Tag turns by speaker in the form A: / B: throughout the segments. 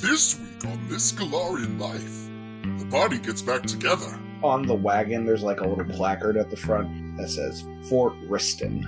A: This week on This Galarian Life, the party gets back together.
B: On the wagon, there's like a little placard at the front that says Fort Riston.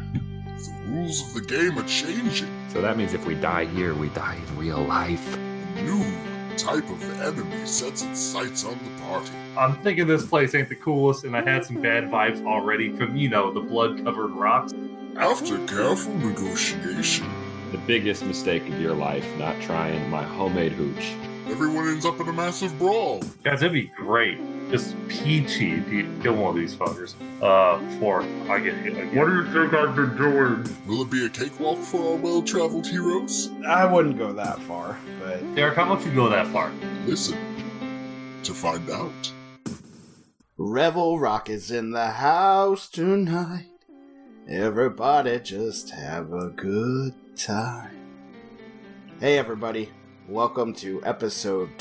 A: The rules of the game are changing.
C: So that means if we die here, we die in real life.
A: A new type of enemy sets its sights on the party.
D: I'm thinking this place ain't the coolest, and I had some bad vibes already from, you know, the blood covered rocks.
A: After careful negotiation,
E: The biggest mistake of your life, not trying my homemade hooch.
A: everyone ends up in a massive brawl.
D: Guys, that'd be great. Just peachy if you kill one of these fuckers. Uh, four. I get hit again.
F: do you think I've been doing?
A: Will it be a cakewalk for our well traveled heroes?
B: I wouldn't go that far, but
D: Derek, how much you go that far?
A: Listen to find out.
B: Revel Rock is in the house tonight. Everybody just have a good time. Hey, everybody. Welcome to episode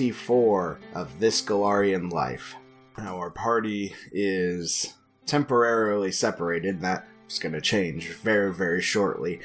B: 24 of This Galarian Life. Our party is temporarily separated. That's going to change very, very shortly.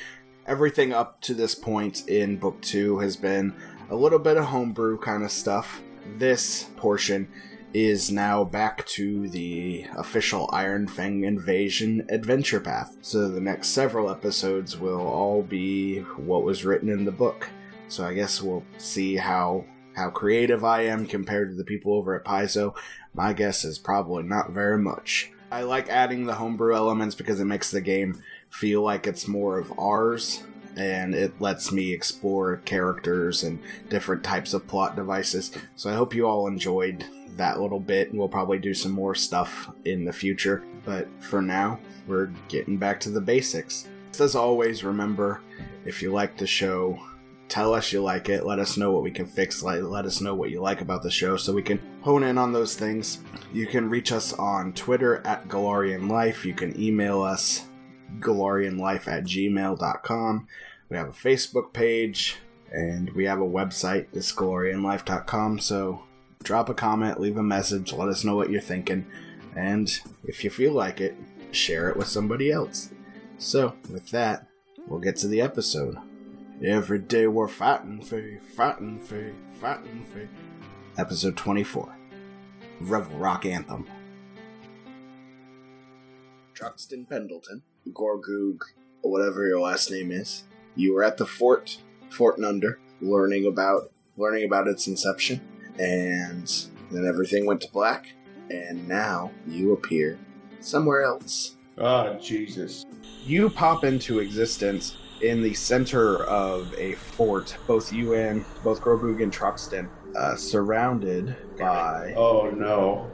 B: Everything up to this point in book two has been a little bit of homebrew kind of stuff. This portion is now back to the official Iron Fang invasion adventure path. So the next several episodes will all be what was written in the book. So I guess we'll see how how creative I am compared to the people over at Paizo. My guess is probably not very much. I like adding the homebrew elements because it makes the game feel like it's more of ours and it lets me explore characters and different types of plot devices. So I hope you all enjoyed that little bit, and we'll probably do some more stuff in the future. But for now, we're getting back to the basics. As always, remember if you like the show, tell us you like it, let us know what we can fix, let, let us know what you like about the show so we can hone in on those things. You can reach us on Twitter at Galarian Life, you can email us galarianlife at gmail.com. We have a Facebook page and we have a website, thisgalarianlife.com. So drop a comment, leave a message, let us know what you're thinking, and if you feel like it, share it with somebody else. So, with that, we'll get to the episode. Every day we're fighting for you, fighting for you, fighting for you. Episode 24 Revel Rock Anthem. Truxton Pendleton, Gorgoog, whatever your last name is, you were at the fort, Fort Nunder, learning about learning about its inception and then everything went to black, and now you appear somewhere else.
F: Ah, Jesus.
B: You pop into existence in the center of a fort. Both you and both Grogug and Troxton, uh, surrounded by
F: Oh no.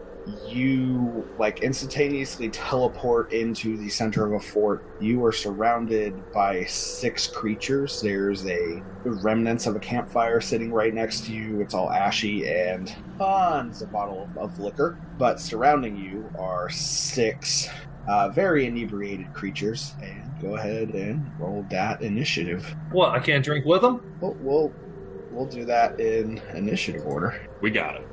B: you, like instantaneously teleport into the center of a fort. You are surrounded by six creatures. There's a remnants of a campfire sitting right next to you. It's all ashy and tons of bottle of, of liquor. But surrounding you are six uh, very inebriated creatures. And go ahead and roll that initiative.
D: What? I can't drink with them?
B: We'll we'll, we'll do that in initiative order.
E: We got it.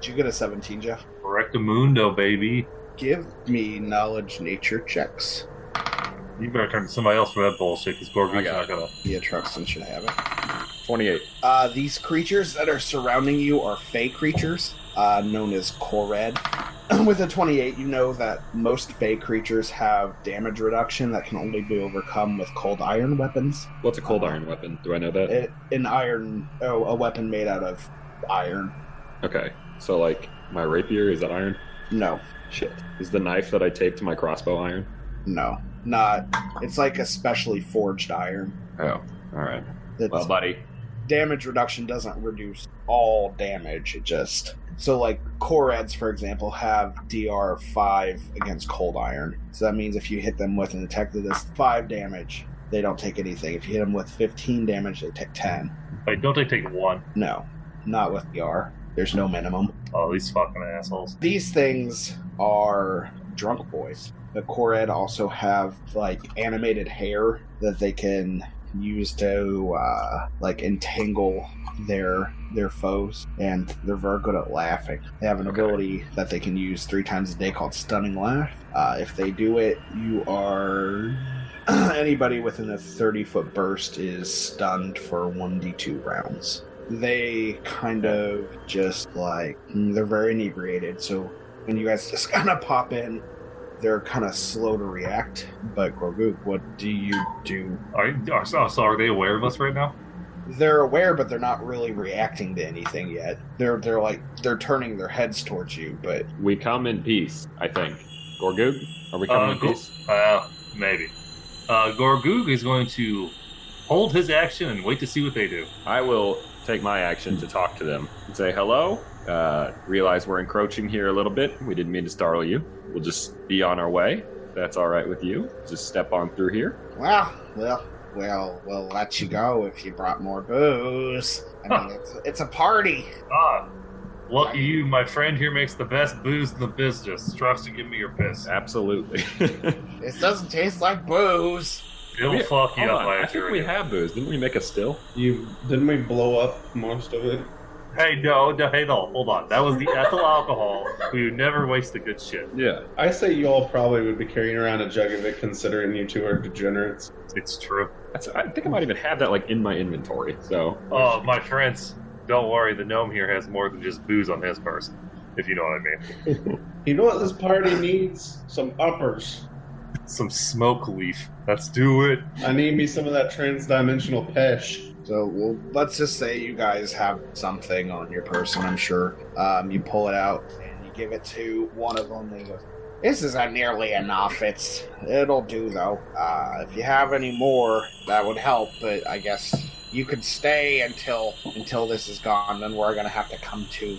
B: Did you get a seventeen, Jeff?
D: Rectamundo, baby.
B: Give me knowledge nature checks.
D: You better turn to somebody else for that bullshit, because
E: I
D: Gorgon's
E: got
D: not
E: it.
D: gonna.
B: Yeah, Truxton should have it.
E: 28.
B: Uh, these creatures that are surrounding you are fey creatures, uh, known as Kored. With a 28, you know that most fey creatures have damage reduction that can only be overcome with cold iron weapons.
E: What's a cold iron weapon? Do I know that?
B: It, an iron, oh, a weapon made out of iron.
E: Okay. So, like, my rapier, is that iron?
B: No,
E: Shit. Is the knife that I taped to my crossbow iron?
B: no, not. It's like a specially forged iron.
E: Oh. Alright.
B: That's
E: Well, buddy.
B: damage reduction doesn't reduce all damage. It just so like Korads, for example, have DR five against cold iron. So that means if you hit them with an attack that does five damage, they don't take anything. If you hit them with fifteen damage, they take ten.
D: Wait, don't they take one?
B: No, not with DR. There's no minimum.
D: Oh, these fucking assholes.
B: These things are drunk boys. The Korred also have like animated hair that they can use to uh, like entangle their their foes, and they're very good at laughing. They have an
E: Okay.
B: ability that they can use three times a day called Stunning Laugh. Uh, if they do it, you are anybody within a thirty foot burst is stunned for one d two rounds. they kind of just like mm, they're very inebriated so when you guys just kind of pop in they're kind of slow to react but grogu what do you do
D: Are, are, so, so are they aware of us right now?
B: they're aware but they're not really reacting to anything yet they're they're like they're turning their heads towards you but
E: We come in peace, I think. Gorgoog, are we coming
D: Uh,
E: in
D: Gor-
E: peace?
D: Uh, maybe. Uh, Gorgoog is going to hold his action and wait to see what they do.
E: I will take my action to talk to them and say hello. Uh, realize we're encroaching here a little bit. We didn't mean to startle you. We'll just be on our way. If that's all right with you. Just step on through here.
B: Well, well, well, we'll let you go if you brought more booze. I mean, it's, it's a party.
D: Ah, lucky you, my friend here makes the best booze in the business. Tries to give me your piss.
E: Absolutely.
B: This doesn't taste like booze.
D: It'll
E: We-
D: fuck you
E: Hold
D: up
E: on.
D: by
E: I think we have booze. Didn't we make a still?
F: You didn't we blow up most of it?
D: Hey, no, no, hey, no, hold on. That was the ethyl alcohol. We would never waste the good shit.
E: Yeah.
F: I say you all probably would be carrying around a jug of it, considering you two are degenerates.
D: It's true.
E: That's, I think I might even have that like in my inventory. So
D: Oh, my friends, don't worry. The gnome here has more than just booze on his person, if you know what I mean.
F: You know what this party needs? Some uppers.
D: Some smoke leaf. Let's do it.
F: I need me some of that transdimensional pesh.
B: So, well, let's just say you guys have something on your person, I'm sure. Um, you pull it out and you give it to one of them. They go, This isn't nearly enough. It's It'll do, though. Uh, if you have any more, that would help, but I guess you could stay until until this is gone. Then we're going to have to come to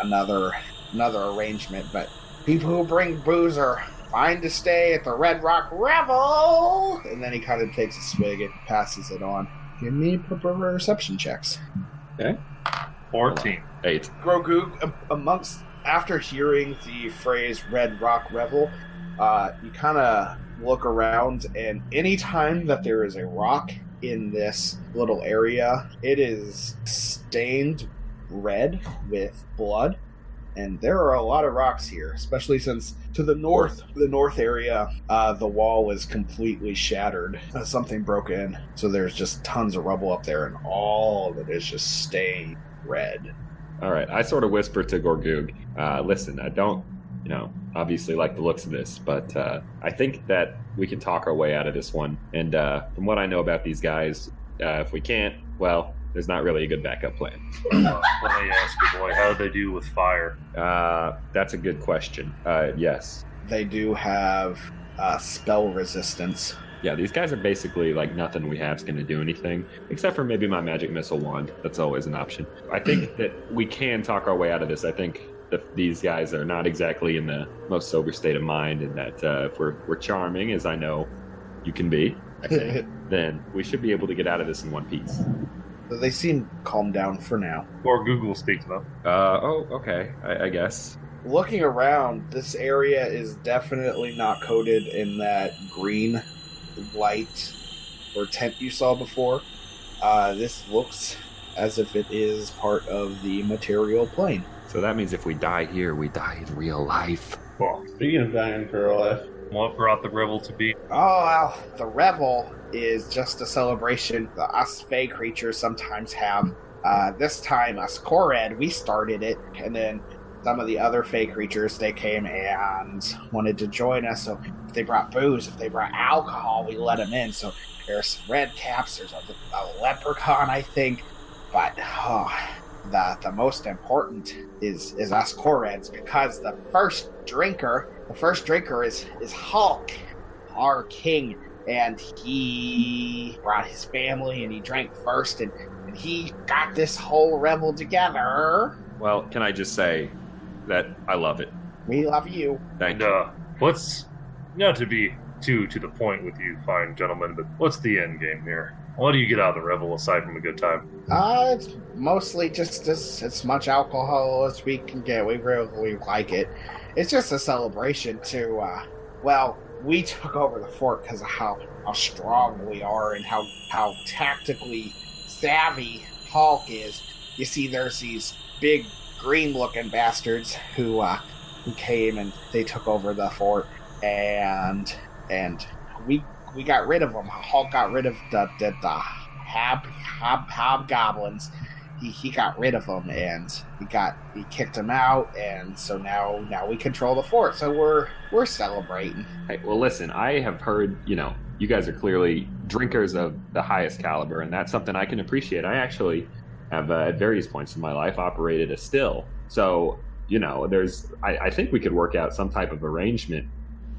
B: another another arrangement. But people who bring booze are fine to stay at the Red Rock Revel. And then he kind of takes a swig and passes it on. Give me per- per- perception checks.
D: 14.
E: eight.
B: Grogu, a- amongst after hearing the phrase "Red Rock Revel," uh, you kind of look around, and anytime that there is a rock in this little area, it is stained red with blood. And there are a lot of rocks here, especially since to the north, the north area, uh, the wall is completely shattered. Uh, something broke in, so there's just tons of rubble up there, and all of it is just stained red.
E: All right. I sort of whisper to Gorgoog, uh, listen, I don't, you know, obviously like the looks of this, but uh, I think that we can talk our way out of this one. And uh, from what I know about these guys, uh, if we can't, well, there's not really a good backup plan.
D: Uh, let me ask you, boy, how do they do with fire?
E: Uh, that's a good question. Uh, yes.
B: they do have uh, spell resistance.
E: Yeah, these guys are basically like nothing we have is going to do anything, except for maybe my magic missile wand. That's always an option. I think that we can talk our way out of this. I think the, these guys are not exactly in the most sober state of mind, and that uh, if we're, we're charming, as I know you can be, I think, then we should be able to get out of this in one piece.
B: But they seem calmed down for now.
D: Or Google speaks about.
E: Uh, oh, okay, I, I guess.
B: Looking around, this area is definitely not coated in that green light or tent you saw before. Uh, this looks as if it is part of the material plane.
C: So that means if we die here, we die in real life.
D: Well,
F: Speaking of dying for a life,
D: what brought the rebel to be?
B: Oh, well, the revel is just a celebration the us Fey creatures sometimes have. Uh, this time, us Kored, we started it, and then some of the other Fey creatures they came and wanted to join us. So if they brought booze, if they brought alcohol, we let them in. So there's some red caps. There's a, a leprechaun, I think, but oh, the the most important is is us Koreds because the first drinker, the first drinker is is Hulk our king and he brought his family and he drank first and, and he got this whole rebel together
E: Well, can I just say that I love it?
B: we love you
E: Thank
D: And,
E: you.
D: uh, what's. Not to be too to the point with you, fine gentlemen, but what's the end game here? What do you get out of the rebel aside from a good time?
B: uh it's mostly just as, as much alcohol as we can get we really like it it's just a celebration to uh well we took over the fort because of how how strong we are and how how tactically savvy Hulk is. You see, there's these big green-looking bastards who uh, who came and they took over the fort, and and we we got rid of them. Hulk got rid of the the, the hob, hob hobgoblins, he, he got rid of him and he got he kicked him out and so now now we control the fort so we're we're celebrating
E: Hey, well, listen, I have heard, you know, you guys are clearly drinkers of the highest caliber, and that's something I can appreciate. I actually have, uh, at various points in my life, operated a still. So, you know, there's, I, I think we could work out some type of arrangement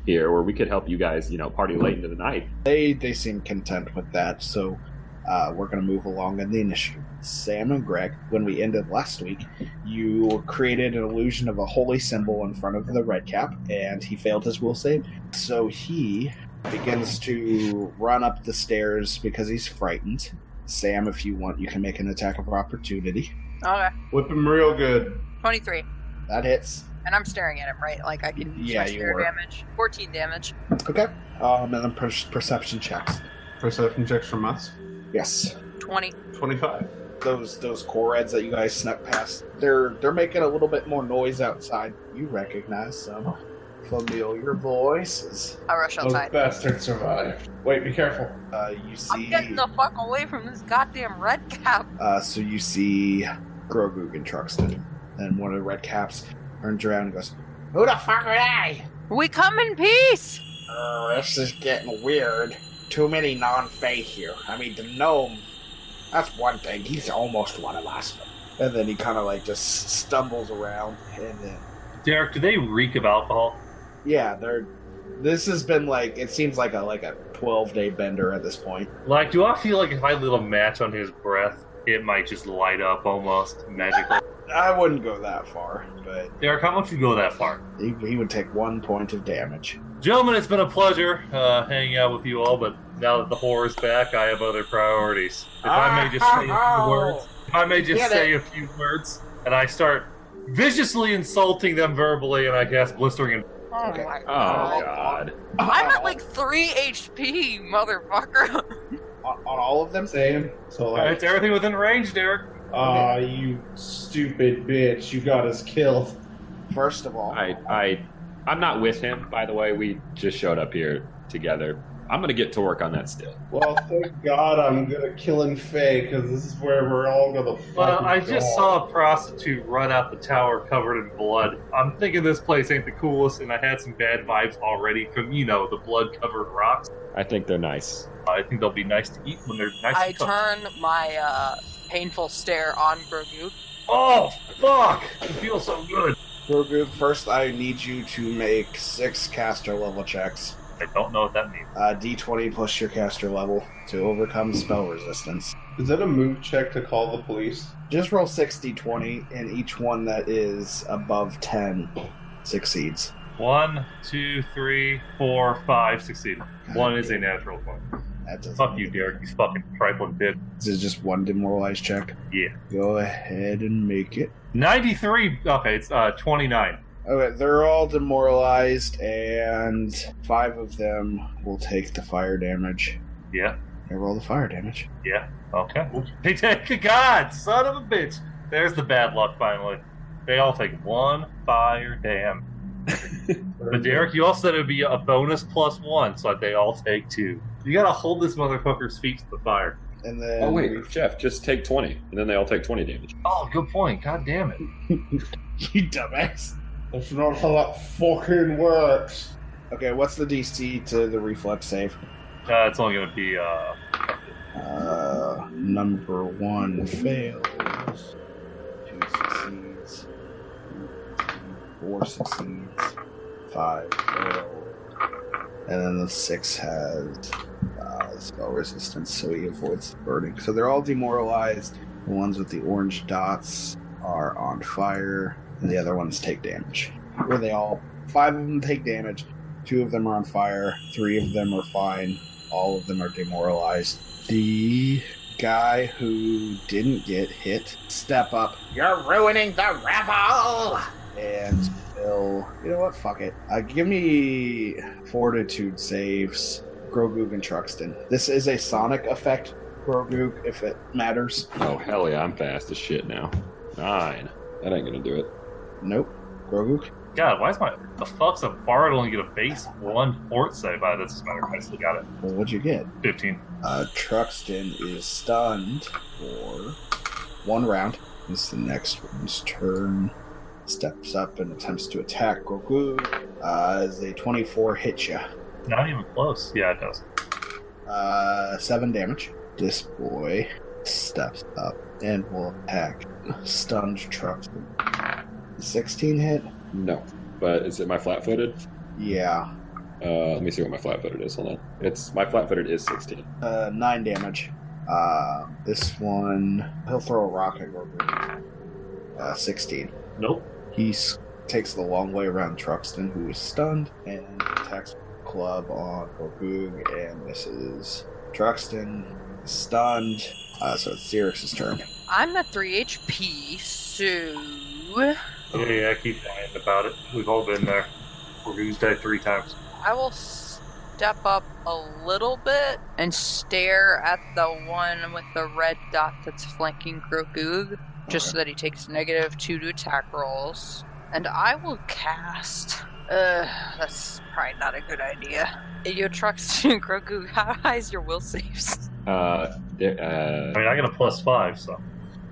E: here where we could help you guys, you know, party late into the night.
B: they they seem content with that so uh, we're going to move along in the initiative sam and greg when we ended last week you created an illusion of a holy symbol in front of the red cap and he failed his will save so he begins to run up the stairs because he's frightened sam if you want you can make an attack of opportunity
G: Okay.
F: Whip him real good.
G: 23.
B: that hits
G: And I'm staring at him, right? Like I can use
B: Yeah,
G: my
B: you
G: stare
B: were.
G: damage. 14 damage.
B: Okay. Um, and then per- perception checks.
F: Perception checks from us.
B: Yes.
G: 20.
F: 25.
B: Those those coreds that you guys snuck past, they're they're making a little bit more noise outside. You recognize some familiar voices.
G: I rush
F: Those
G: outside.
F: bastards survived. Wait, be careful.
B: Uh, you
G: I'm
B: see,
G: getting the fuck away from this goddamn red cap.
B: uh, so you see Grogu and Truxton, and one of the red caps turns around and goes, "Who the fuck are they?"
G: We come in peace.
B: Uh, this is getting weird. Too many non-fae here. I mean, the gnome. That's one thing. He's almost one of us. And then he kind of like just stumbles around, and then
D: Derek, do they reek of alcohol?
B: yeah, they're. This has been like it seems like a like a twelve day bender at this point.
D: Like, do I feel like if I lit a match on his breath, it might just light up almost magically?
B: I wouldn't go that far, but
D: Derek, how much you go that far?
B: he, he would take one point of damage.
D: Gentlemen, it's been a pleasure uh, hanging out with you all, but now that the horror is back, I have other priorities. If I may just say a few words, if I may just
B: Get
D: say a few words, and I start viciously insulting them verbally, and I cast blistering. And-
G: Oh
B: Okay.
G: my
E: Oh,
G: god.
E: God.
G: I'm at like 3 HP, motherfucker.
B: on, on all of them.
F: Same. So like,
D: it's everything within range, Derek.
F: ah, you stupid bitch, you got us killed.
B: First of all,
E: I, I, I'm not with him, by the way. We just showed up here together. I'm going to get to work on that still.
F: Well, thank God I'm good at killing Faye, because this is where we're all gonna fucking
D: Well, uh, I just
F: go.
D: saw a prostitute run out the tower covered in blood. I'm thinking this place ain't the coolest, and I had some bad vibes already from, you know, the blood covered rocks.
E: I think they're nice.
D: I think they'll be nice to eat when they're nice
G: I
D: to cook.
G: turn my uh, painful stare on Grogu.
D: oh, fuck! It feels so good.
B: Grogu, first I need you to make six caster level checks.
D: I don't know what that means.
B: uh, d20 plus your caster level to overcome spell resistance.
F: Is that a move check to call the police?
B: Just roll 6 d20, and each one that is above 10 succeeds.
D: One, two, three, four, five, succeed. One is a natural one.
B: That doesn't
D: Fuck you, Derek, you fucking trifling bitch.
B: This is just one demoralized check.
D: Yeah.
B: Go ahead and make it.
D: 93, okay, it's uh, 29.
B: Okay, they're all demoralized, and five of them will take the fire damage.
D: Yeah,
B: They roll the fire damage.
D: okay. They take a god, son of a bitch. There's the bad luck finally. They all take one fire damn. But Derek, you also said it would be a bonus plus one, so they all take two. You gotta hold this motherfucker's feet to the fire.
B: And then.
E: Oh wait, Jeff, just take twenty, and then they all take twenty damage.
D: Oh, good point. God damn it.
B: you dumbass.
F: That's not how that fucking works.
B: Okay, what's the DC to the reflex save?
D: Uh, it's only gonna be uh,
B: Uh, number one fails. Two succeeds. Four succeeds. Five fails. And then the six has uh, spell resistance, so he avoids the burning. So they're all demoralized. The ones with the orange dots are on fire, and the other ones take damage. Where they all, five of them take damage, two of them are on fire, three of them are fine, all of them are demoralized. The guy who didn't get hit step up. You're ruining the revel. And Bill, you know what? Fuck it. Uh, give me fortitude saves. Grogu and Truxton. This is a sonic effect, Grogu, if it matters.
E: Oh hell yeah, I'm fast as shit now. Nine. That ain't gonna do it.
B: Nope. Grogu.
D: God, why is my the fuck's a bard only get a base one fort save out of this matter? I still got it.
B: Well, what'd you get?
D: Fifteen.
B: Uh, Truxton is stunned for one round. It's the next one's turn. Steps up and attempts to attack Goku. Uh, as a 24 hit ya.
D: Not even close. Yeah, it does.
B: Uh, seven damage. This boy steps up and will attack. Stunned truck. 16 hit?
E: No. But is it my flat footed?
B: Yeah.
E: Uh, let me see what my flat footed is. Hold on. It's my flat footed is 16.
B: Uh, nine damage. Uh, this one, he'll throw a rock at Gorbu. Uh, 16.
D: Nope.
B: He s- takes the long way around Truxton, who is stunned, and attacks with a club on Gorgoog and misses. Truxton is stunned, uh, so it's Xerx's turn.
G: I'm at 3 HP, so
D: Oh, yeah, I keep lying about it. We've all been there. We're used that three times.
G: I will step up a little bit and stare at the one with the red dot that's flanking Grogoog, just so that he takes negative two to attack rolls. And I will cast. Uh, that's probably not a good idea. Your trucks to Grogoog, how high is your will saves?
E: Uh, there-
D: I
E: uh,
D: mean, I got a plus five, so.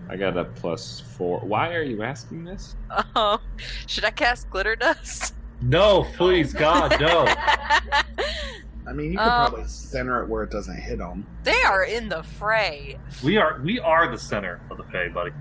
E: I got a plus four. Why are you asking this?
G: Oh, should I cast glitter dust?
D: No, please, God, no.
B: I mean, you can
G: Um,
B: probably center it where it doesn't hit him.
G: they are in the fray.
D: We are we are the center of the fray, buddy.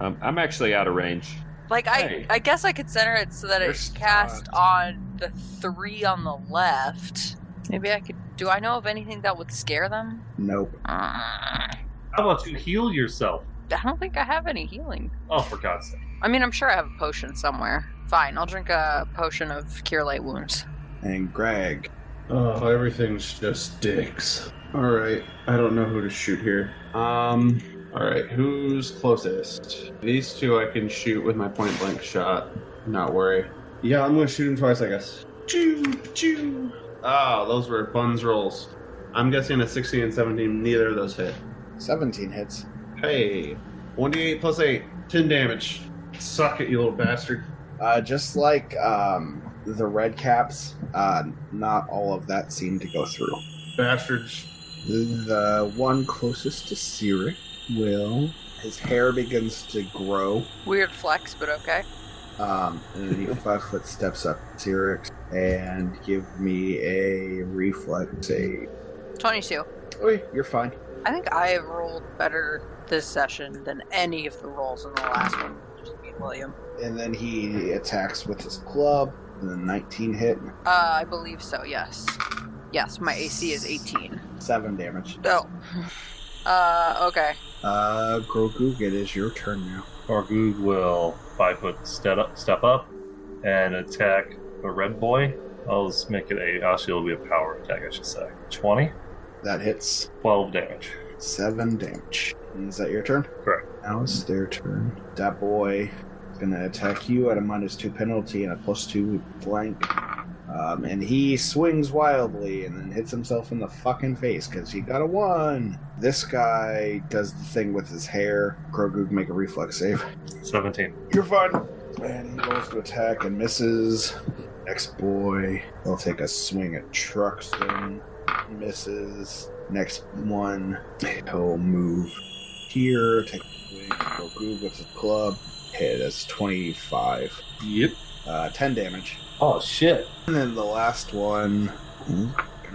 E: Um, I'm actually out of range.
G: Like
E: Hey.
G: I, I guess I could center it so that
B: You're
G: it's cast on the three on the left. Maybe I could. Do I know of anything that would scare them?
B: Nope.
G: Mm, I
D: How about you heal yourself?
G: don't think I have any healing.
D: Oh, for God's sake.
G: I mean, I'm sure I have a potion somewhere. Fine, I'll drink a potion of cure light wounds.
B: And Greg.
F: Oh, everything's just dicks. All right, I don't know who to shoot here. Um, all right, who's closest? These two I can shoot with my point blank shot. Not worry. Yeah, I'm gonna shoot him twice, I guess. Choo choo. Ah, those were buns rolls. I'm guessing a 16 and 17. Neither of those hit.
B: 17 hits.
F: Hey, 1d8 plus 8, 10 damage. Suck it, you little bastard.
B: Uh, just like um, the red caps, uh, not all of that seemed to go through.
F: Bastards.
B: The one closest to Sirik will. His hair begins to grow,
G: Weird flex, but okay.
B: um, and then he five foot steps up to Sirik and give me a reflex save.
G: 22.
B: Oi, you're fine.
G: I think I have rolled better this session than any of the rolls in the last one. Just me and William.
B: And then he attacks with his club. And a 19 hit,
G: Uh, I believe so, yes. Yes, my AC is 18.
B: 7 damage.
G: No. Uh, okay.
B: Uh, Grogu, it is your turn now.
D: Orgoog will five foot step up, step up and attack the red boy. I'll just make it a actually it'll be a power attack, I should say. 20,
B: That hits
D: 12 damage.
B: seven damage. And Is that your turn?
D: Correct.
B: Now it's their turn. That boy is going to attack you at a minus two penalty and a plus two blank. Um, and he swings wildly and then hits himself in the fucking face because he got a one. This guy does the thing with his hair. Grogu make a reflex save.
D: 17.
B: You're fine. And he goes to attack and misses. Next boy, he'll take a swing at Truxton. Misses. Next one, he'll move here, take a swing at Goku with his club. Hit as 25.
D: Yep.
B: Uh, 10 damage.
D: Oh shit.
B: And then the last one, gonna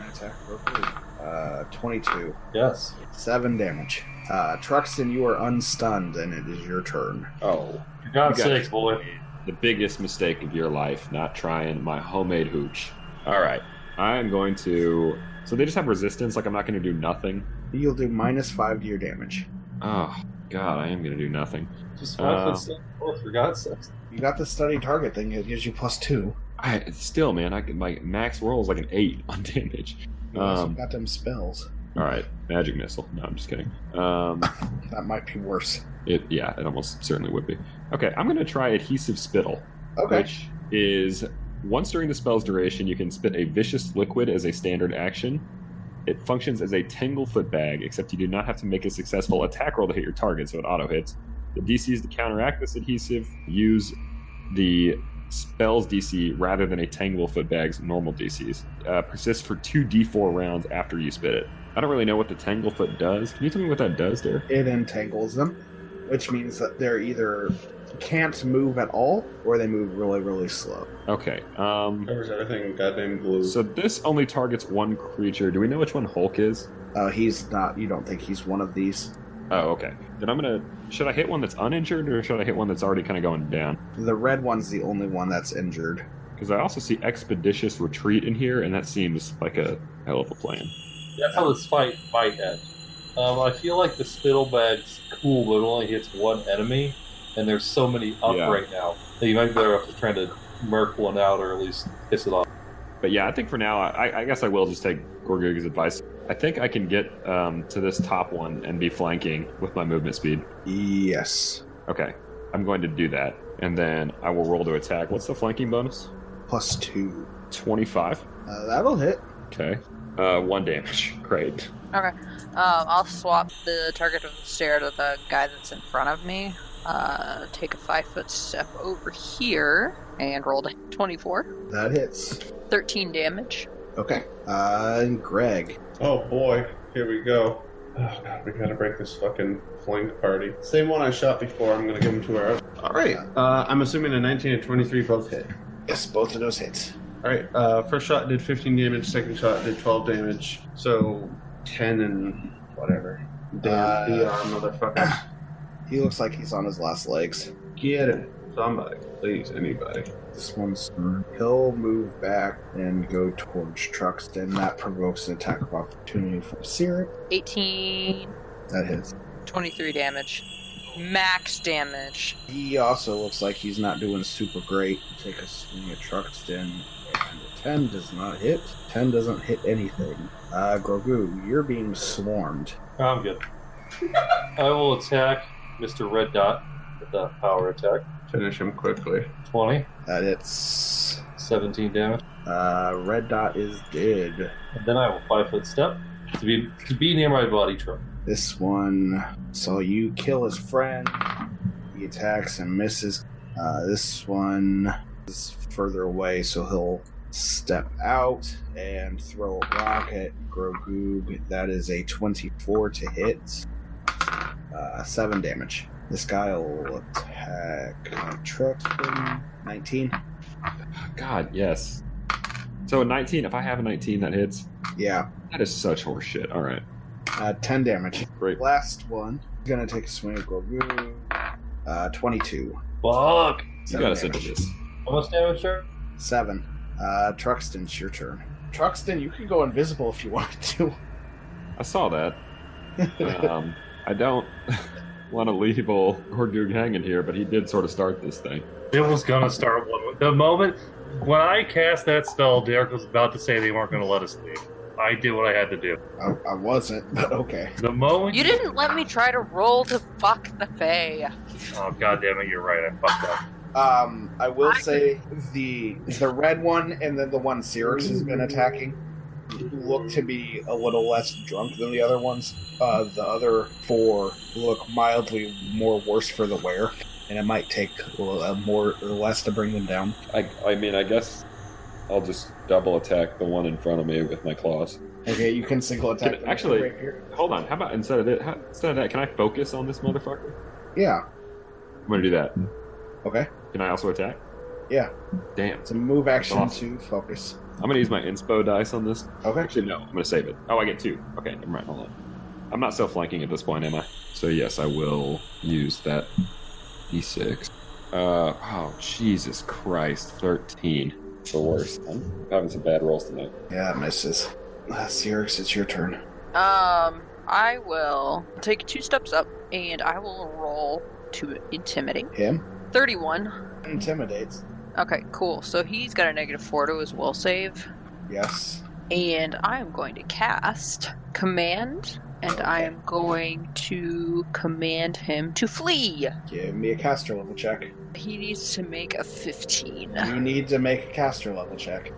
B: attack Goku. Uh, 22.
D: Yes.
B: 7 damage. Uh, Truxton, you are unstunned, and it is your turn.
E: Oh,
D: For God's
E: You got
D: sakes, boy.
E: the biggest mistake of your life, not trying my homemade hooch. All right, I'm going to. So they just have resistance. Like I'm not going to do nothing.
B: You'll do minus 5 to your damage.
E: Oh God, I am going to do nothing.
D: Just
E: five foot Uh,
D: step
F: Oh,
D: forward, for God's sakes.
B: You got the study target thing. It gives you plus two.
E: I still, man, I could my max roll is like an eight on damage.
B: You also
E: Um,
B: got them spells.
E: All right, magic missile. No, I'm just kidding. Um,
B: That might be worse.
E: it yeah, it almost certainly would be. Okay, I'm going to try adhesive spittle.
B: Okay.
E: which is once during the spell's duration, you can spit a vicious liquid as a standard action. It functions as a tangle foot bag, except you do not have to make a successful attack roll to hit your target, so it auto hits. The DCs to counteract this adhesive use the spell's DC rather than a tangle foot bag's normal DCs. Uh, persists for two D4 rounds after you spit it. I don't really know what the tangle foot does. Can you tell me what that does, Derek?
B: It entangles them. which means that they're either can't move at all or they move really, really slow.
E: Okay. Um.
F: Covers everything in goddamn glue.
E: So this only targets one creature. Do we know which one Hulk is?
B: Uh, he's not. You don't think he's one of these?
E: Oh, okay. Then I'm gonna. Should I hit one that's uninjured, or should I hit one that's already kind of going down?
B: The red one's the only one that's injured.
E: Because I also see expeditious retreat in here, and that seems like a hell of a plan.
D: That's how this fight might end. Um, I feel like the Spittlebag's cool, but it only hits one enemy, and there's so many up
E: Yeah.
D: right now that you might be better off just trying to murk one out or at least piss it off.
E: But yeah, I think for now, I, I guess I will just take Gorgug's advice. I think I can get um, to this top one and be flanking with my movement speed.
B: Yes.
E: Okay, I'm going to do that, and then I will roll to attack. What's the flanking bonus?
B: Plus two.
E: Twenty-five.
B: Uh, that'll hit.
E: Okay, uh, one damage. Great.
G: Um, I'll swap the target of the stair to the guy that's in front of me. Uh, take a five foot step over here and roll a 24.
B: That hits.
G: 13 damage.
B: Okay. Uh, and Greg.
F: Oh boy, here we go. Oh god, we gotta break this fucking flank party. Same one I shot before. I'm gonna give him two arrows. All right. Uh, I'm assuming a 19 and 23 both hit.
B: Yes, both of those hits.
F: All right. Uh, first shot did 15 damage. Second shot did 12 damage. So 10 and whatever. Damn
B: Uh,
F: DR motherfuckers.
B: He looks like he's on his last legs.
F: Get him. Somebody, please, anybody.
B: This one's he'll move back and go towards Truxton. That provokes an attack of opportunity from Syrup.
G: 18,
B: That hits.
G: 23 damage. Max damage.
B: He also looks like he's not doing super great. Take a swing at Truxton, and a ten does not hit. Ten doesn't hit anything. Uh, Grogu, you're being swarmed.
D: I'm good. I will attack Mr. Red Dot with a power attack.
F: Finish him quickly.
D: 20,
B: That hits.
D: 17 damage.
B: Uh, red dot is dead.
D: And then I will five foot step to be to be near my body truck.
B: This one saw you kill his friend. He attacks and misses. Uh, this one is further away, so he'll step out and throw a rock at Grogoog. That is a 24 to hit. Uh, 7 damage. This guy will attack Truxton. 19.
E: God, yes. So a 19. If I have a 19, that hits.
B: Yeah,
E: That is such horseshit. All right.
B: uh, 10 damage.
E: Great.
B: Last one. Gonna take a swing at Grogoog. Uh, 22.
D: Fuck!
E: You
B: Seven
E: got us into
B: damage.
E: this.
D: How much damage, sir?
B: Seven. Uh, Truxton, it's your turn. Truxton, you can go invisible if you want to.
E: I saw that. um, I don't want to leave old Horgoog hanging here, but he did sort of start this thing.
D: It was gonna start one. The moment when I cast that spell, Derek was about to say they weren't gonna let us leave. I did what I had to do.
B: I, I wasn't, but okay.
D: The moment
G: You didn't let me try to roll to fuck the Fae.
D: Oh god damn it, you're right, I fucked up.
B: Um, I will
G: I-
B: say the the red one and then the one Cyrix has been attacking look to be a little less drunk than the other ones. Uh, the other four look mildly more worse for the wear, and it might take a little- uh, more or less to bring them down.
E: I, I mean, I guess I'll just double attack the one in front of me with my claws.
B: Okay, you can single attack.
E: Can-
B: them
E: actually-
B: right here.
E: Hold on. How about instead of that? How, instead of that, can I focus on this motherfucker?
B: yeah,
E: I'm gonna do that.
B: Okay.
E: Can I also attack?
B: Yeah.
E: Damn.
B: it's a move action
E: Awesome.
B: to focus.
E: I'm gonna use my inspo dice on this.
B: Okay.
E: Actually, no. I'm gonna save it. Oh, I get two. Okay, never mind. Hold on. I'm not self flanking at this point, am I? So yes, I will use that d6. Uh oh, Jesus Christ, thirteen. The worst. I'm having some bad rolls tonight.
B: Yeah, it misses. Uh, Cyrix, it's your turn.
G: Um, I will take two steps up and I will roll to intimidate.
B: Him
G: 31.
B: intimidates.
G: Okay, cool. So he's got a negative 4 to his will save.
B: Yes.
G: And I am going to cast Command, and I am going to command him to flee.
B: Give me a caster level check.
G: He needs to make a 15.
B: You need to make a caster level check.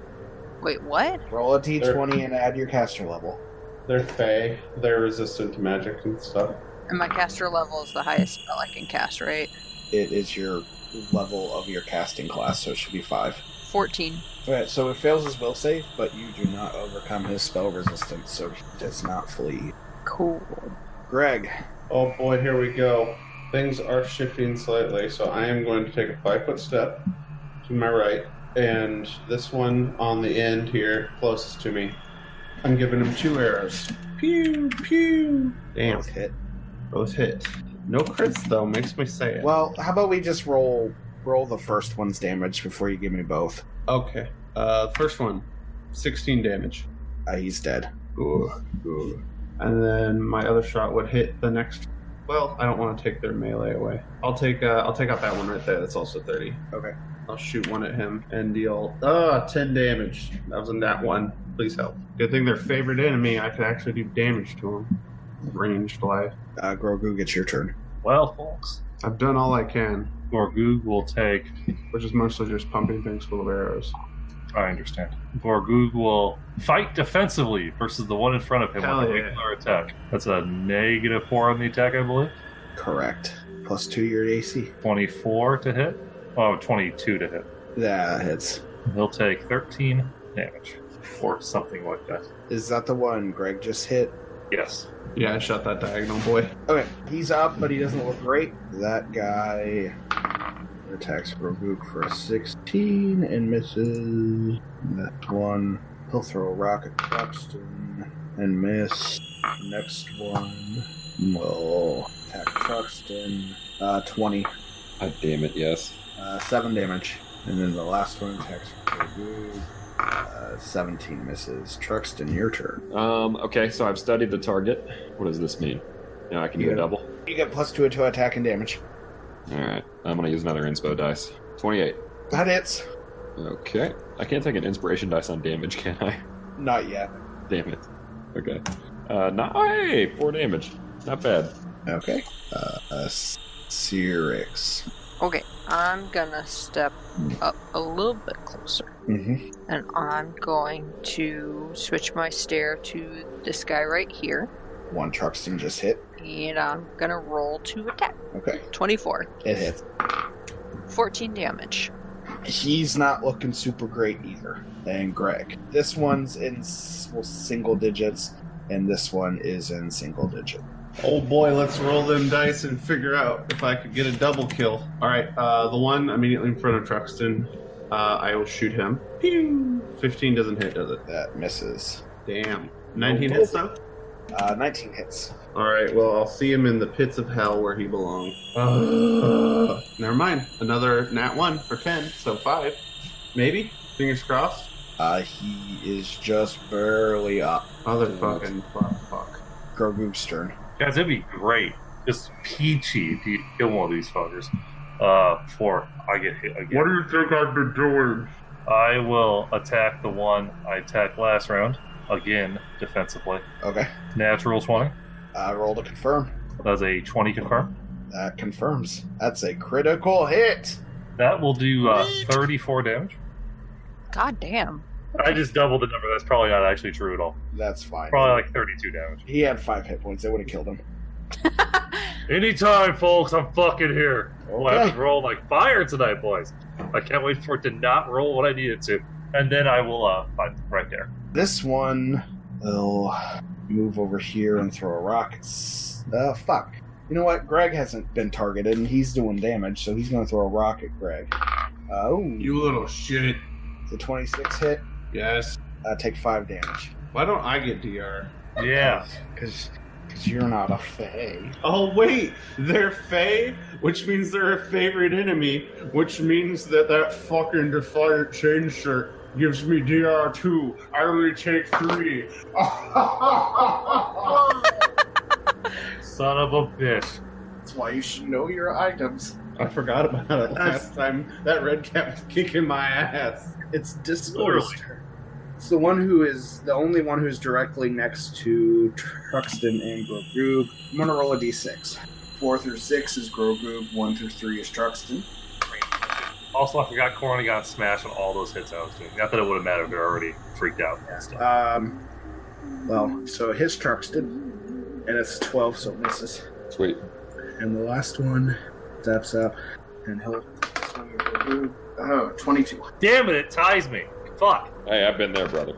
G: Wait, what?
B: Roll a d20 and add your caster level.
F: They're fey. They're resistant to magic and stuff.
G: And my caster level is the highest spell I can cast, right?
B: It is your level of your casting class, so it should be five.
G: 14.
B: Alright, so it fails his will save, but you do not overcome his spell resistance, so he does not flee.
G: Cool.
B: Greg,
F: Oh boy, here we go. Things are shifting slightly, so I am going to take a five foot step to my right, and this one on the end here, closest to me. I'm giving him two arrows. Pew, pew. Damn.
B: Both hit.
F: Both hit. No crits, though, makes me say it.
B: Well, how about we just roll roll the first one's damage before you give me both?
F: Okay. Uh, first one, 16 damage.
B: Uh, he's dead.
F: Ooh, ooh. And then my other shot would hit the next. Well, I don't want to take their melee away. I'll take uh, I'll take out that one right there. That's also 30.
B: Okay.
F: I'll shoot one at him and deal ah 10 damage. That was in that one. Please help. Good thing they're favorite enemy. I could actually do damage to them. Ranged life.
B: Uh, Grogu, it's your turn.
D: Well, folks,
F: I've done all I can,
D: Gorgoog will take.
F: which is mostly just pumping things full of arrows.
D: I understand. Gorgoog will fight defensively versus the one in front of him
F: Hell
D: with a
F: yeah.
D: regular attack. That's a negative four on the attack, I believe.
B: Correct. Plus two your AC.
D: 24 to hit. Oh, 22 to hit.
B: That hits.
D: He'll take 13 damage or something like that.
B: Is that the one Greg just hit?
D: Yes.
F: Yeah, I shot that diagonal boy.
B: Okay, he's up, but he doesn't look great. That guy attacks Roguk for a 16 and misses. That one. He'll throw a rock at Truxton and miss. Next one will attack Truxton. Uh, 20.
E: God damn it, yes.
B: Uh, 7 damage. And then the last one attacks Roguk. Uh, 17 misses. Truxton, your turn.
E: Um, okay, so I've studied the target. What does this mean? Now I can do
B: Yeah.
E: a double.
B: You get plus 2 to attack and damage.
E: All right, I'm gonna use another inspo dice. 28.
B: That hits.
E: Okay, I can't take an inspiration dice on damage, can I?
B: Not yet.
E: Damn it. Okay. Uh, not, oh, hey, four damage. Not bad.
B: Okay. Uh, uh Cyrix.
G: Okay, I'm gonna step up a little bit closer,
B: Mm-hmm.
G: and I'm going to switch my stare to this guy right here,
B: One Truxton just hit.
G: and I'm gonna roll to attack.
B: Okay.
G: 24,
B: It hits.
G: 14 damage.
B: He's not looking super great either. And Greg. This one's in s- well, single digits, and this one is in single digit.
F: Oh boy, let's roll them dice and figure out if I could get a double kill. All right, uh, the one immediately in front of Truxton, uh, I will shoot him. Pew! Fifteen doesn't hit, does it?
B: That misses.
F: Damn. Nineteen hits though.
B: Uh, 19 hits.
F: All right, well I'll see him in the pits of hell where he belongs. Uh, never mind. Another nat one for ten, so five, maybe. Fingers crossed.
B: Uh, he is just barely up.
F: Motherfucking fuck, fuck.
B: Grogu's turn.
D: Guys, it'd be great. Just peachy if you kill one of these fuckers. Uh, before I get hit again.
F: do you think I've been doing?
D: I will attack the one I attacked last round. Again, defensively.
B: Okay.
D: Natural 20.
B: Uh, roll to confirm.
D: That's a 20 confirm.
B: That confirms. That's a critical hit.
D: That will do uh, 34 damage.
G: God damn.
D: I just doubled the number. That's probably not actually true at all.
B: That's fine.
D: Probably like 32 damage.
B: He had five hit points. They would have killed him.
D: Anytime, folks. I'm fucking here. Oh, I have
B: Okay.
D: to roll like fire tonight, boys. I can't wait for it to not roll what I need it to. And then I will uh, find right there.
B: This one will move over here and throw a rock. It's, uh, fuck. You know what? Greg hasn't been targeted, and he's doing damage, so he's going to throw a rock at Greg. Oh,
F: You little shit.
B: the 26 hit.
F: Yes.
B: Uh, take five damage
F: Why don't I get DR?
D: Yeah.
B: because you're not a fae.
F: Oh wait, they're Fey, which means they're a favorite enemy, which means that that fucking Defiant Chain shirt gives me DR two. I only take three.
D: Son of a bitch.
B: That's why you should know your items.
F: I forgot about it last time. That red cap was kicking my ass.
B: It's Discord's
D: Literally.
B: turn. It's the one who is the only one who's directly next to Truxton and Grogoob. I'm gonna roll a d6. Four through six is Grogoob. One through three is Truxton.
D: Also, I forgot Corny got smashed on all those hits I was doing. Not that it would have mattered. They're already freaked out and stuff.
B: Um, well, so his Truxton, and it's twelve, so it misses.
E: Sweet.
B: And the last one steps up, and he'll swing at Grogoob. Oh, 22.
D: Damn it, it ties me. Fuck.
E: Hey, I've been there, brother.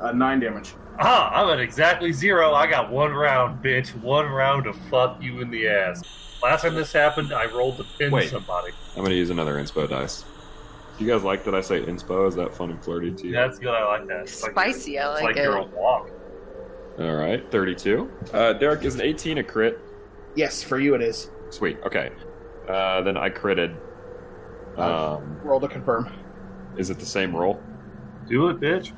H: Uh, nine damage.
D: Ah, I'm at exactly zero. I got one round, bitch. One round to fuck you in the ass. Last time this happened, I rolled to pin
E: Wait.
D: somebody.
E: I'm gonna use another inspo dice. Do you guys like that I say inspo? Is that fun and flirty to you?
D: That's good. I like that. It's like you're-
G: Spicy, I
D: It's like
G: like it.
D: you're a walk.
E: All right, 32. Uh, Derek is an 18 a crit.
B: Yes, for you it is.
E: Sweet. Okay. Uh, then I critted. Um,
B: Roll to confirm.
E: is it the same roll?
D: Do it, bitch.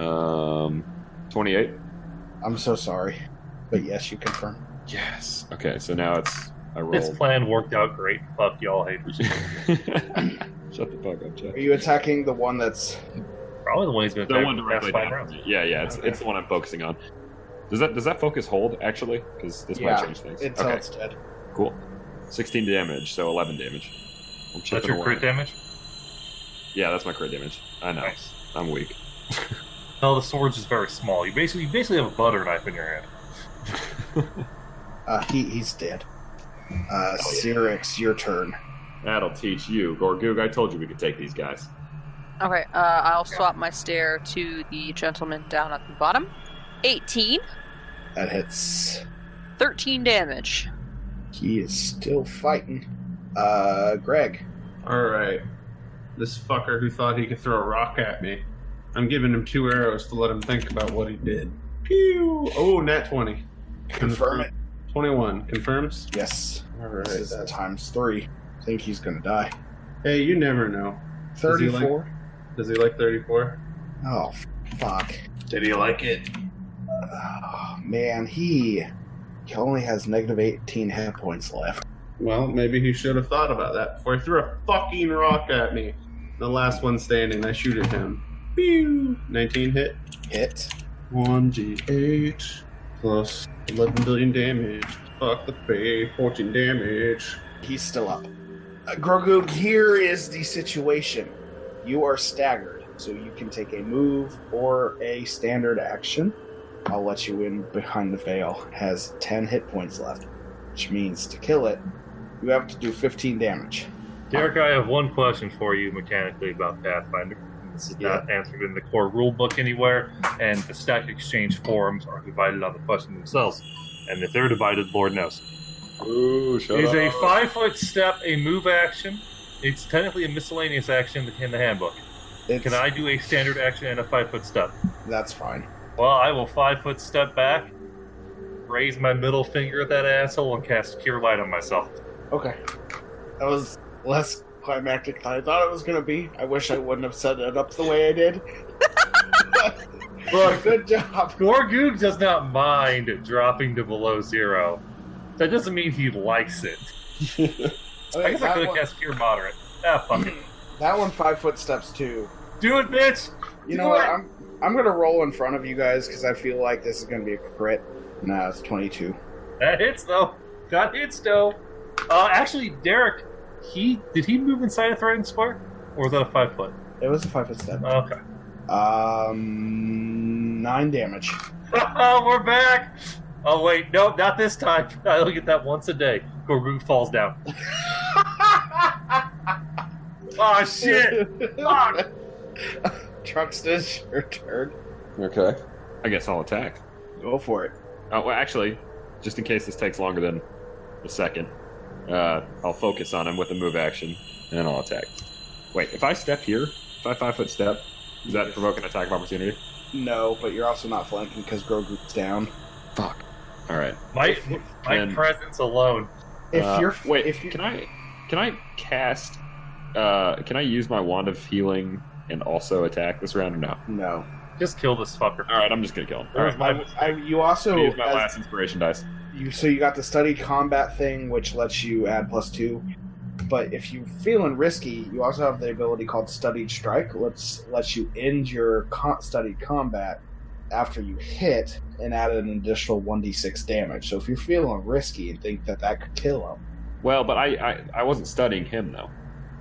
E: Um, 28.
B: I'm so sorry. But yes, you confirm.
E: Yes. Okay. So now it's I
D: This
E: rolled.
D: plan worked out great. Fuck y'all haters.
E: Shut the fuck up, Jeff.
B: Are you attacking the one that's.
D: Probably the one he's been
E: The
D: attacking
E: one
D: for the
E: directly
D: past five
E: down.
D: rounds.
E: Yeah, yeah. It's it's the one I'm focusing on. Does that does that focus hold actually? Because this
B: Yeah,
E: might change things.
B: Until
E: okay.
B: it's dead.
E: Cool. 16 damage, so 11 damage. I'm
D: That's
E: chipping
D: your
E: away.
D: crit damage?
E: Yeah, that's my crit damage. I know.
D: Nice.
E: I'm weak.
D: No, the sword's just very small. You basically you basically have a butter knife in your hand.
B: Uh, he, he's dead.
F: Oh,
B: Uh, Cyrix, your turn.
E: That'll teach you, Gorgoog. I told you we could take these guys.
G: Okay, uh, I'll swap my stare to the gentleman down at the bottom. 18,
B: That hits.
G: 13 damage.
B: He is still fighting. Uh, Greg.
F: All right. This fucker who thought he could throw a rock at me. I'm giving him two arrows to let him think about what he did. Pew! Oh, nat 20.
B: Confirm it.
F: 21. Confirms?
B: Yes.
F: All right.
B: This is uh,
F: that's-
B: times three. I think he's gonna die.
F: Hey, you never know. Does he like-
B: 34?
F: Does he like 34?
B: Oh, fuck.
F: Did he like it?
B: Oh, man, he, he only has negative 18 hit points left.
F: Well, maybe he should have thought about that before he threw a fucking rock at me. The last one standing, I shoot at him. Pew! 19 hit.
B: Hit.
F: 1d8 plus 11 billion damage. Fuck the pay. 14 damage.
B: He's still up. Uh, Grogu, here is the situation. You are staggered, so you can take a move or a standard action. I'll let you in behind the veil. Has 10 hit points left, which means to kill it, you have to do 15 damage.
D: Derek, I have one question for you mechanically about Pathfinder. This is not answered in the core rulebook anywhere, and the Stack Exchange forums are divided on the question themselves. And if they're divided, Lord knows.
E: Ooh, shut
D: Is a five foot step a move action? It's technically a miscellaneous action in the handbook.
B: It's,
D: Can I do a standard action and a five foot step?
B: That's fine.
D: Well, I will five foot step back, raise my middle finger at that asshole, and cast Cure Light on myself.
B: Okay. That was less climactic than I thought it was going to be. I wish I wouldn't have set it up the way I did.
D: Look,
B: Good job.
D: Gorgoog does not mind dropping to below zero. That doesn't mean he likes it. I
B: Okay,
D: guess I could
B: that,
D: have
B: one,
D: cast Cure Moderate. Ah, fuck it.
B: that one five foot steps too.
D: Do it, bitch!
B: You know what? I'm I'm gonna roll in front of you guys because I feel like this is gonna be a crit. Nah, it's twenty two.
D: That hits, though. That hits, though. Uh, actually, Derek, he did he move inside a threatened square? Or was that a five foot?
B: It was a five foot step.
D: Okay.
B: Um, nine damage.
D: We're back! Oh, wait, nope, not this time. I only get that once a day. Gorgoog falls down. oh, shit! Fuck!
B: Truckstitch, your turn.
E: Okay. I guess I'll attack.
B: Go for it.
E: Uh, well, actually, just in case this takes longer than a second, uh, I'll focus on him with a move action, and then I'll attack. Wait, if I step here, if I five foot step, does that provoke an attack of opportunity?
B: No, but you're also not flanking because Grogu's down.
E: Fuck. All right.
D: My, my
E: Ten.
D: presence alone.
B: If
E: Uh,
B: you're
E: wait,
B: if you
E: can I can I cast? Uh, can I use my wand of healing and also attack this round or no?
B: no,
D: Just kill this fucker.
E: All right, I'm just gonna kill him. All
D: Where's
E: right,
D: my-
B: I, I, you
E: I'm
B: also
E: gonna use my
B: as-
E: last inspiration dice.
B: you so you got the study combat thing which lets you add plus two but if you're feeling risky you also have the ability called studied strike let's lets you end your con- studied combat after you hit and add an additional 1d6 damage so if you're feeling risky and think that that could kill him
E: Well, but I, I I wasn't studying him though.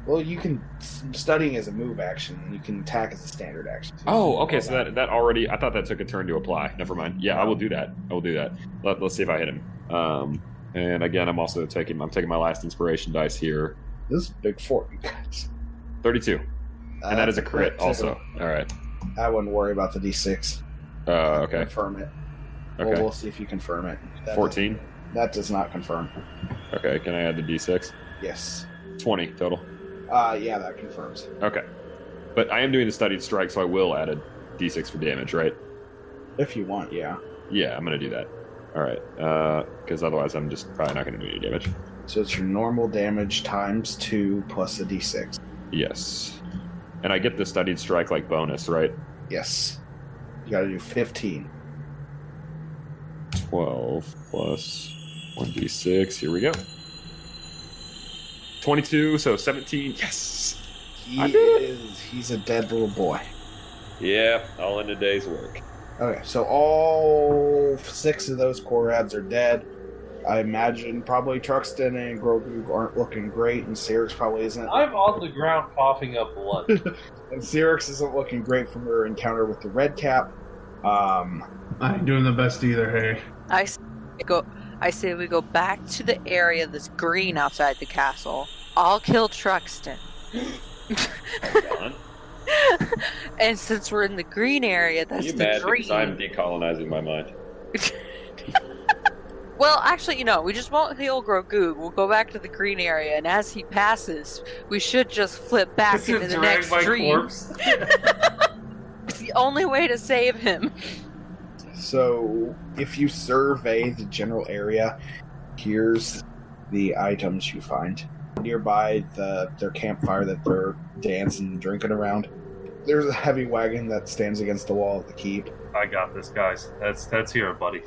B: well you can studying is a move action and you can attack as a standard action
E: Oh, okay. So that that already. I thought that took a turn to apply. Never mind. Yeah, I will do that. I will do that. Let, let's see if I hit him. Um, and again, I'm also taking. I'm taking my last inspiration dice here.
B: this is a big fort you guys
E: Thirty-two, and that is a
B: Uh,
E: crit
B: too.
E: also. All right.
B: I wouldn't worry about the d6.
E: Uh, okay.
B: Confirm it. Well,
E: Okay.
B: we'll see if you confirm it. That
E: 14.
B: that does not confirm.
E: Okay. Can I add the d6?
B: Yes.
E: 20 total.
B: Uh, yeah, that confirms.
E: Okay. But I am doing the studied strike, so I will add a d6 for damage, right?
B: If you want, yeah.
E: Yeah, I'm going to do that. All right. Because otherwise, I'm just probably not going to do any damage.
B: So it's your normal damage times two plus a d6.
E: Yes. And I get the studied strike like bonus, right?
B: Yes. You gotta do 15.
E: 12 plus 1d6. Here we go. 22, so 17. Yes!
B: He
E: I did
B: is, he's a dead little boy.
E: Yep, all in a day's work.
B: Okay, so all six of those Korads are dead. I imagine probably Truxton and Grogu aren't looking great, and Cyrix probably isn't.
D: I'm on the ground coughing up blood.
B: And Cyrix isn't looking great from her encounter with the Red Cap. Um,
F: I ain't doing the best either, hey.
G: I s- go. I say we go back to the area that's green outside the castle. I'll kill Truxton. and since we're in the green area, that's
E: you
G: the
E: mad
G: green.
E: because I'm decolonizing my mind.
G: Well, actually, you know, we just won't heal Grogu. We'll go back to the green area, and as he passes, we should just flip back into the
D: Drag
G: next
D: my
G: dream.
D: corpse.
G: It's the only way to save him.
B: so if you survey the general area, here's the items you find nearby the their campfire that they're dancing and drinking around. There's a heavy wagon that stands against the wall of the keep.
D: I got this, guys. That's that's here, buddy.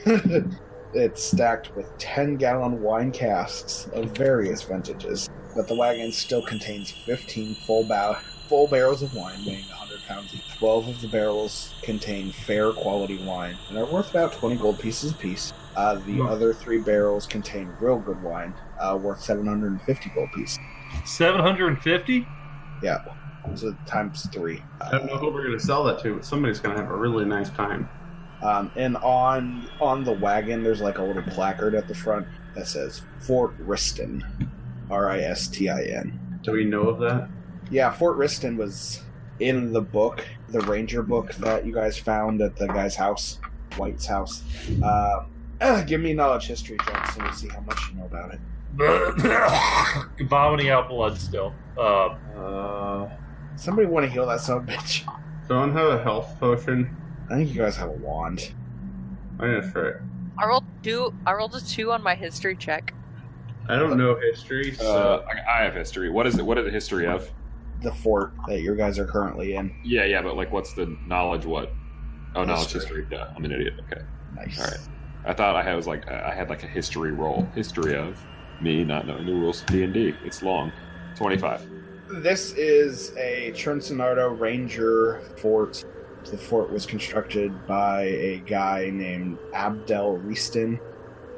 B: it's stacked with 10 gallon wine casks of various vintages, but the wagon still contains 15 full, bow- full barrels of wine weighing 100 pounds each. 12 of the barrels contain fair quality wine and are worth about 20 gold pieces apiece. Uh, the
F: Hmm.
B: other three barrels contain real good wine uh, worth 750 gold pieces.
D: Seven hundred and fifty.
B: Yeah, so times three. Uh,
F: I don't know who we're gonna sell that to, but somebody's gonna have a really nice time.
B: Um, and on on the wagon, there's like a little placard at the front that says Fort Riston, R I S T I N.
F: Do we know of that?
B: Yeah, Fort Riston was in the book, the ranger book that you guys found at the guy's house, White's house. Uh, give me knowledge history check, so we'll see how much you know about it.
D: Vomiting out blood still. Uh,
F: Uh,
B: Somebody want to heal that son of a bitch?
F: don't have a health potion.
B: I think you guys have a wand.
F: I'm gonna try it.
G: I rolled two. I rolled a two on my history check.
F: I don't know history,
E: Uh,
F: so
E: I I have history. What is it? What is the history of?
B: The fort that you guys are currently in.
E: Yeah, yeah, but like, what's the knowledge? What? Oh, knowledge
B: History.
E: history. Duh, I'm an idiot. Okay.
B: Nice.
E: All right. I thought I had was like I had like a history roll. History of me not knowing the rules of D and D. It's long. Twenty-five.
B: This is a Trincinardo Ranger fort. The fort was constructed by a guy named Abdel Ristin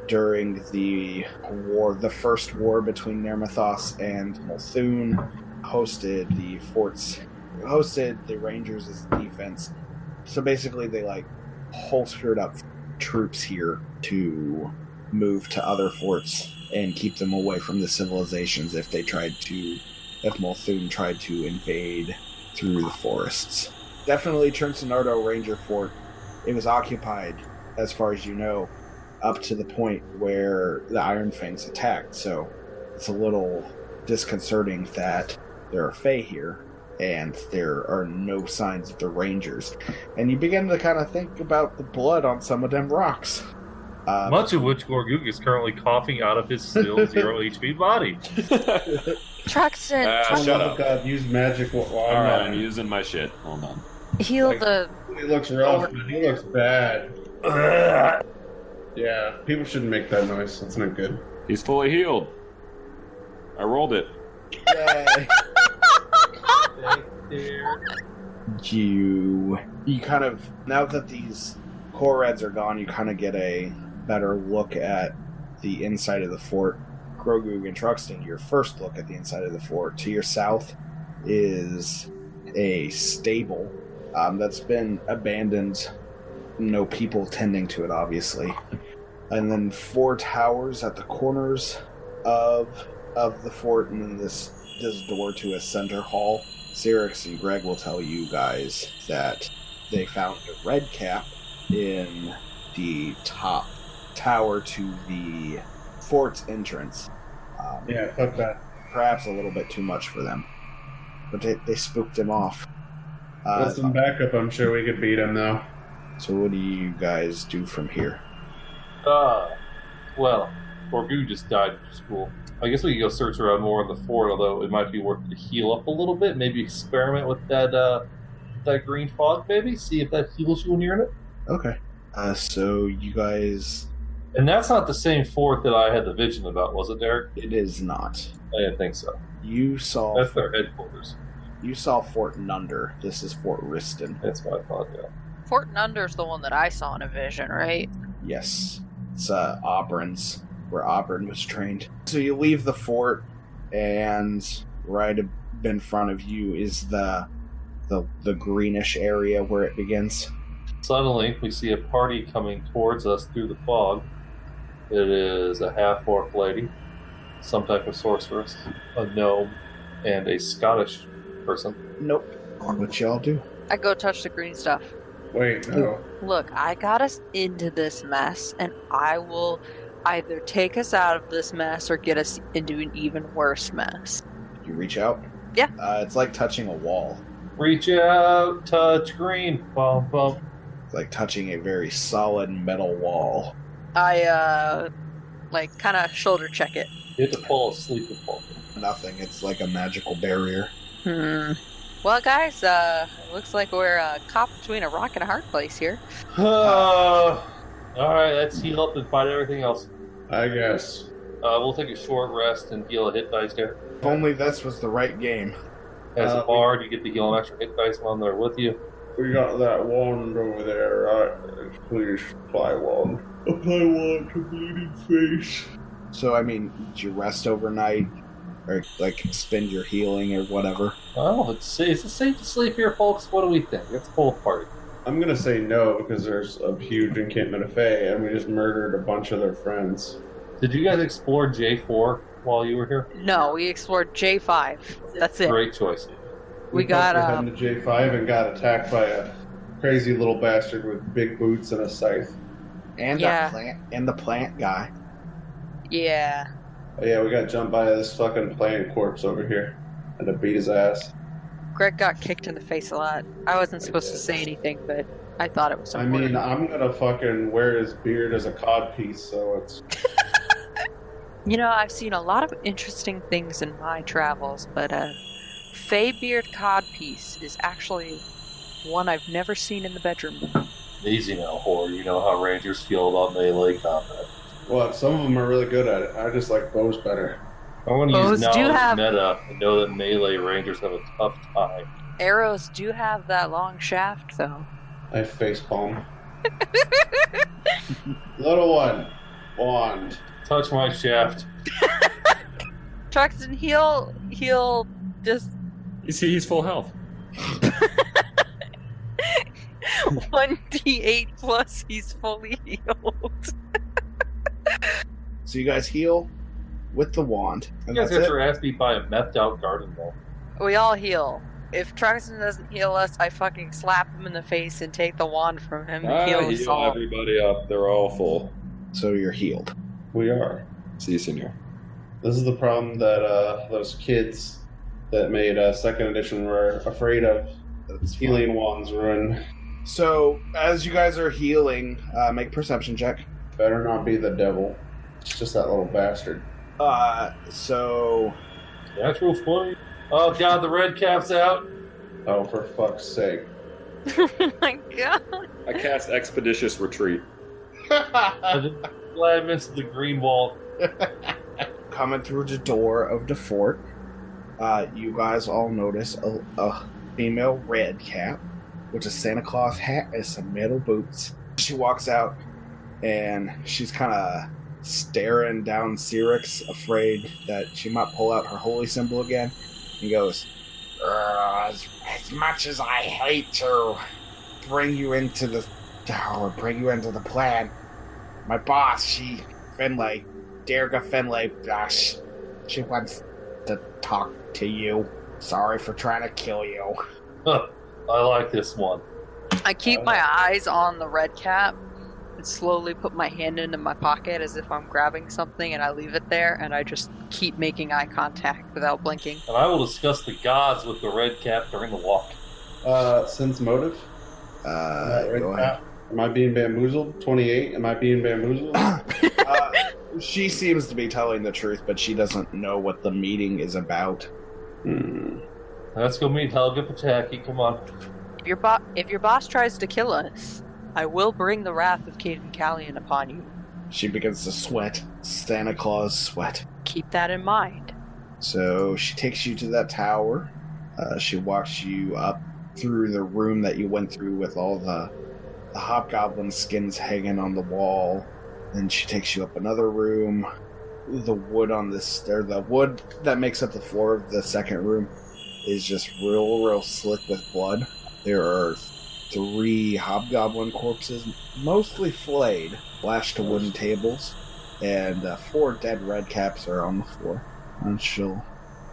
B: during the war, the first war between Nermathos and Multhun. Hosted the forts, hosted the Rangers as defense. So basically, they like holstered up troops here to move to other forts and keep them away from the civilizations if they tried to if Multhun tried to invade through the forests. Definitely Trincinardo Ranger Fort. It was occupied, as far as you know, up to the point where the Iron Fangs attacked, so it's a little disconcerting that there are Fey here and there are no signs of the Rangers. And you begin to kind of think about the blood on some of them rocks. Uh,
D: much of which Gorgug is currently coughing out of his still zero HP body.
G: Truxton,
E: Ah,
G: Truxton,
E: shut
F: Oh,
E: up.
F: God, use magic. wa-
E: All
F: Wow,
E: right, I'm using my shit. Hold on.
G: heal
F: like-
G: the.
F: It looks rough. but It looks bad. Yeah, people shouldn't make that noise. That's not good.
E: He's fully healed. I rolled it.
B: Yay. you you kind of now that these core reds are gone you kind of get a better look at the inside of the fort grogu and truxton your first look at the inside of the fort to your south is a stable um, that's been abandoned no people tending to it obviously and then four towers at the corners of of the fort and then this this door to a center hall Cyrix and Greg will tell you guys that they found a red cap in the top tower to the fort's entrance. Um,
F: Yeah, fuck that.
B: Perhaps a little bit too much for them, but they, they spooked him off. Uh,
F: With some backup, I'm sure we could beat him though.
B: so what do you guys do from here?
D: Uh, well, Borgu just died at school. I guess we could go search around more on the fort, although it might be worth it to heal up a little bit. Maybe experiment with that uh, that green fog, maybe see if that heals you when you're in it.
B: Okay. Uh, so you guys,
D: And that's not the same fort that I had the vision about, was it, Derek?
B: it is not.
D: I didn't think so.
B: You saw
D: That's their headquarters.
B: you saw Fort Nunder. This is Fort Riston.
D: That's what I thought. Yeah.
G: Fort Nunder's the one that I saw in a vision, right?
B: Yes. It's uh, Auburn's, where Auburn was trained. So you leave the fort, and right ab- in front of you is the the, the greenish area where it begins.
D: Suddenly, we see a party coming towards us through the fog. It is a half orc lady, some type of sorceress, a gnome, and a Scottish person.
B: Nope. What y'all do?
G: I go touch the green stuff.
F: Wait, no.
G: Look, I got us into this mess, and I will either take us out of this mess or get us into an even worse mess.
B: You reach out.
G: Yeah.
B: Uh, it's like touching a wall.
D: Reach out, touch green. Bum, bum.
B: It's like touching a very solid metal wall.
G: I, uh, like, kind of shoulder check it.
D: You have to fall asleep with fall.
B: Nothing. It's like a magical barrier.
G: Hmm. Well, guys, uh, looks like we're uh, caught between a rock and a hard place here.
D: Uh, all right, let's heal up and fight everything else.
F: I guess.
D: Uh, we'll take a short rest and heal a hit dice there.
B: If only this was the right game.
D: As
F: Uh,
D: a
F: we-
D: bard, you get to heal an extra hit dice while they're with you.
F: We got that wand over there, right? Please apply wand. Apply wand to bleeding face.
B: So I mean, did you rest overnight, or like spend your healing or whatever?
D: Oh, it's, is it safe to sleep here, folks? What do we think? It's a cold party.
F: I'm gonna say no because there's a huge encampment of Fae, and we just murdered a bunch of their friends.
D: Did you guys explore J4 while you were here?
G: No, we explored J5. That's it.
D: Great choice.
G: We got,
F: busted
G: um,
F: heading to J5 and got attacked by a crazy little bastard with big boots and a scythe.
B: And
G: Yeah.
B: the plant and the plant guy.
G: Yeah.
F: Oh, yeah, we got jumped by this fucking plant corpse over here, and to beat his ass.
G: Greg got kicked in the face a lot. I wasn't supposed to say anything, but I thought it was
F: I
G: important.
F: mean, I'm gonna fucking wear his beard as a cod piece, so it's
G: You know, I've seen a lot of interesting things in my travels, but uh, Feybeard codpiece is actually one I've never seen in the bedroom.
D: Easy now, whore. You know how rangers feel about melee combat.
F: well, some of them are really good at it. I just like bows better.
D: I want to
G: Bows
D: use
G: do
D: knowledge
G: have-
D: meta and know that melee rangers have a tough time.
G: Arrows do have that long shaft, though.
F: I face palm. Little one, wand.
D: Touch my shaft.
G: Truxton, he'll he'll just
E: You see, he's full health.
G: one d eight plus. He's fully healed.
B: So you guys heal with the wand.
D: You
B: And
D: guys
B: that's
D: got
B: it.
D: your ass beat by a methed out garden ball.
G: We all heal. If Truxton doesn't heal us, I fucking slap him in the face and take the wand from him and heal us all.
E: everybody up. They're all full.
B: So you're healed.
F: We are.
E: See you, senor.
F: This is the problem that uh, those kids that made uh, second edition were afraid of.
B: That's fine.
F: Helium wands ruin.
B: So as you guys are healing, uh, make a perception check.
F: Better not be the devil. It's just that little bastard.
B: Uh, so
D: Natural 20. Oh god, the red cap's out.
F: Oh, for fuck's sake!
G: oh my god!
E: I cast expeditious retreat.
D: I'm glad I missed the green wall.
B: coming through the door of the fort, uh, you guys all notice a, a female red cap with a Santa Claus hat and some metal boots. She walks out and she's kind of staring down Cyrix, afraid that she might pull out her holy symbol again, and goes, "Uh, as, as much as I hate to bring you into the tower, bring you into the plan, my boss, she, Finlay, Derga Finlay, uh, sh- she wants to talk to you. Sorry for trying to kill you.
D: Huh, I like this one.
G: I keep my eyes on the red cap and slowly put my hand into my pocket as if I'm grabbing something and I leave it there and I just keep making eye contact without blinking.
D: And I will discuss the gods with the red cap during the walk.
F: Uh, sense motive.
B: Uh,
F: Right
B: go ahead.
F: now. Am I being bamboozled? Twenty-eight. Am I being bamboozled?
B: Uh, she seems to be telling the truth, but she doesn't know what the meeting is about.
F: hmm.
D: Let's go meet Helga Pataki. Come on.
G: If your, bo- if your boss tries to kill us, I will bring the wrath of Caden Callion upon you.
B: She begins to sweat. Santa Claus sweat.
G: Keep that in mind.
B: So she takes you to that tower. Uh, she walks you up through the room that you went through with all the, the hobgoblin skins hanging on the wall. Then she takes you up another room. The wood on this, or the wood that makes up the floor of the second room, is just real, real slick with blood. There are three hobgoblin corpses, mostly flayed, lashed to wooden tables, and uh, four dead red caps are on the floor and she'll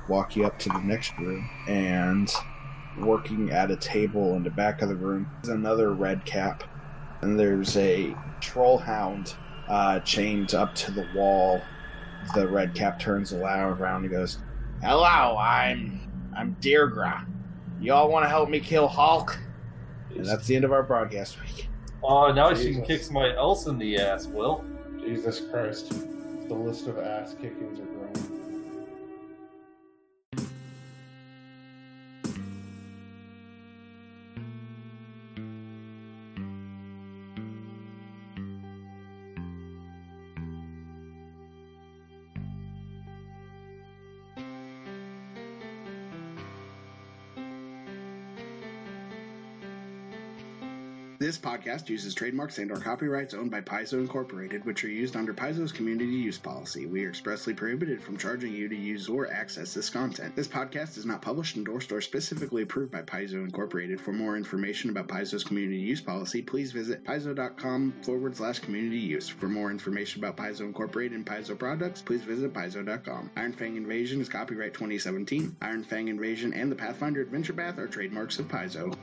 B: walk you up to the next room and working at a table in the back of the room is another red cap and there's a troll hound uh, chained up to the wall the red cap turns aloud around and goes hello i'm i'm deirdre y'all want to help me kill hulk and that's the end of our broadcast week
D: Oh, now she
F: Jesus.
D: kicks my else in the ass, Will.
F: Jesus Christ. The list of ass kickings are growing.
H: This podcast uses trademarks and/or copyrights owned by Paizo Incorporated, which are used under Paizo's community use policy. We are expressly prohibited from charging you to use or access this content. This podcast is not published, endorsed, or specifically approved by Paizo Incorporated. For more information about Paizo's community use policy, please visit paizo.com forward slash community use. For more information about Paizo Incorporated and Paizo products, please visit paizo.com. Iron Fang Invasion is copyright 2017. Iron Fang Invasion and the Pathfinder Adventure Path are trademarks of Paizo.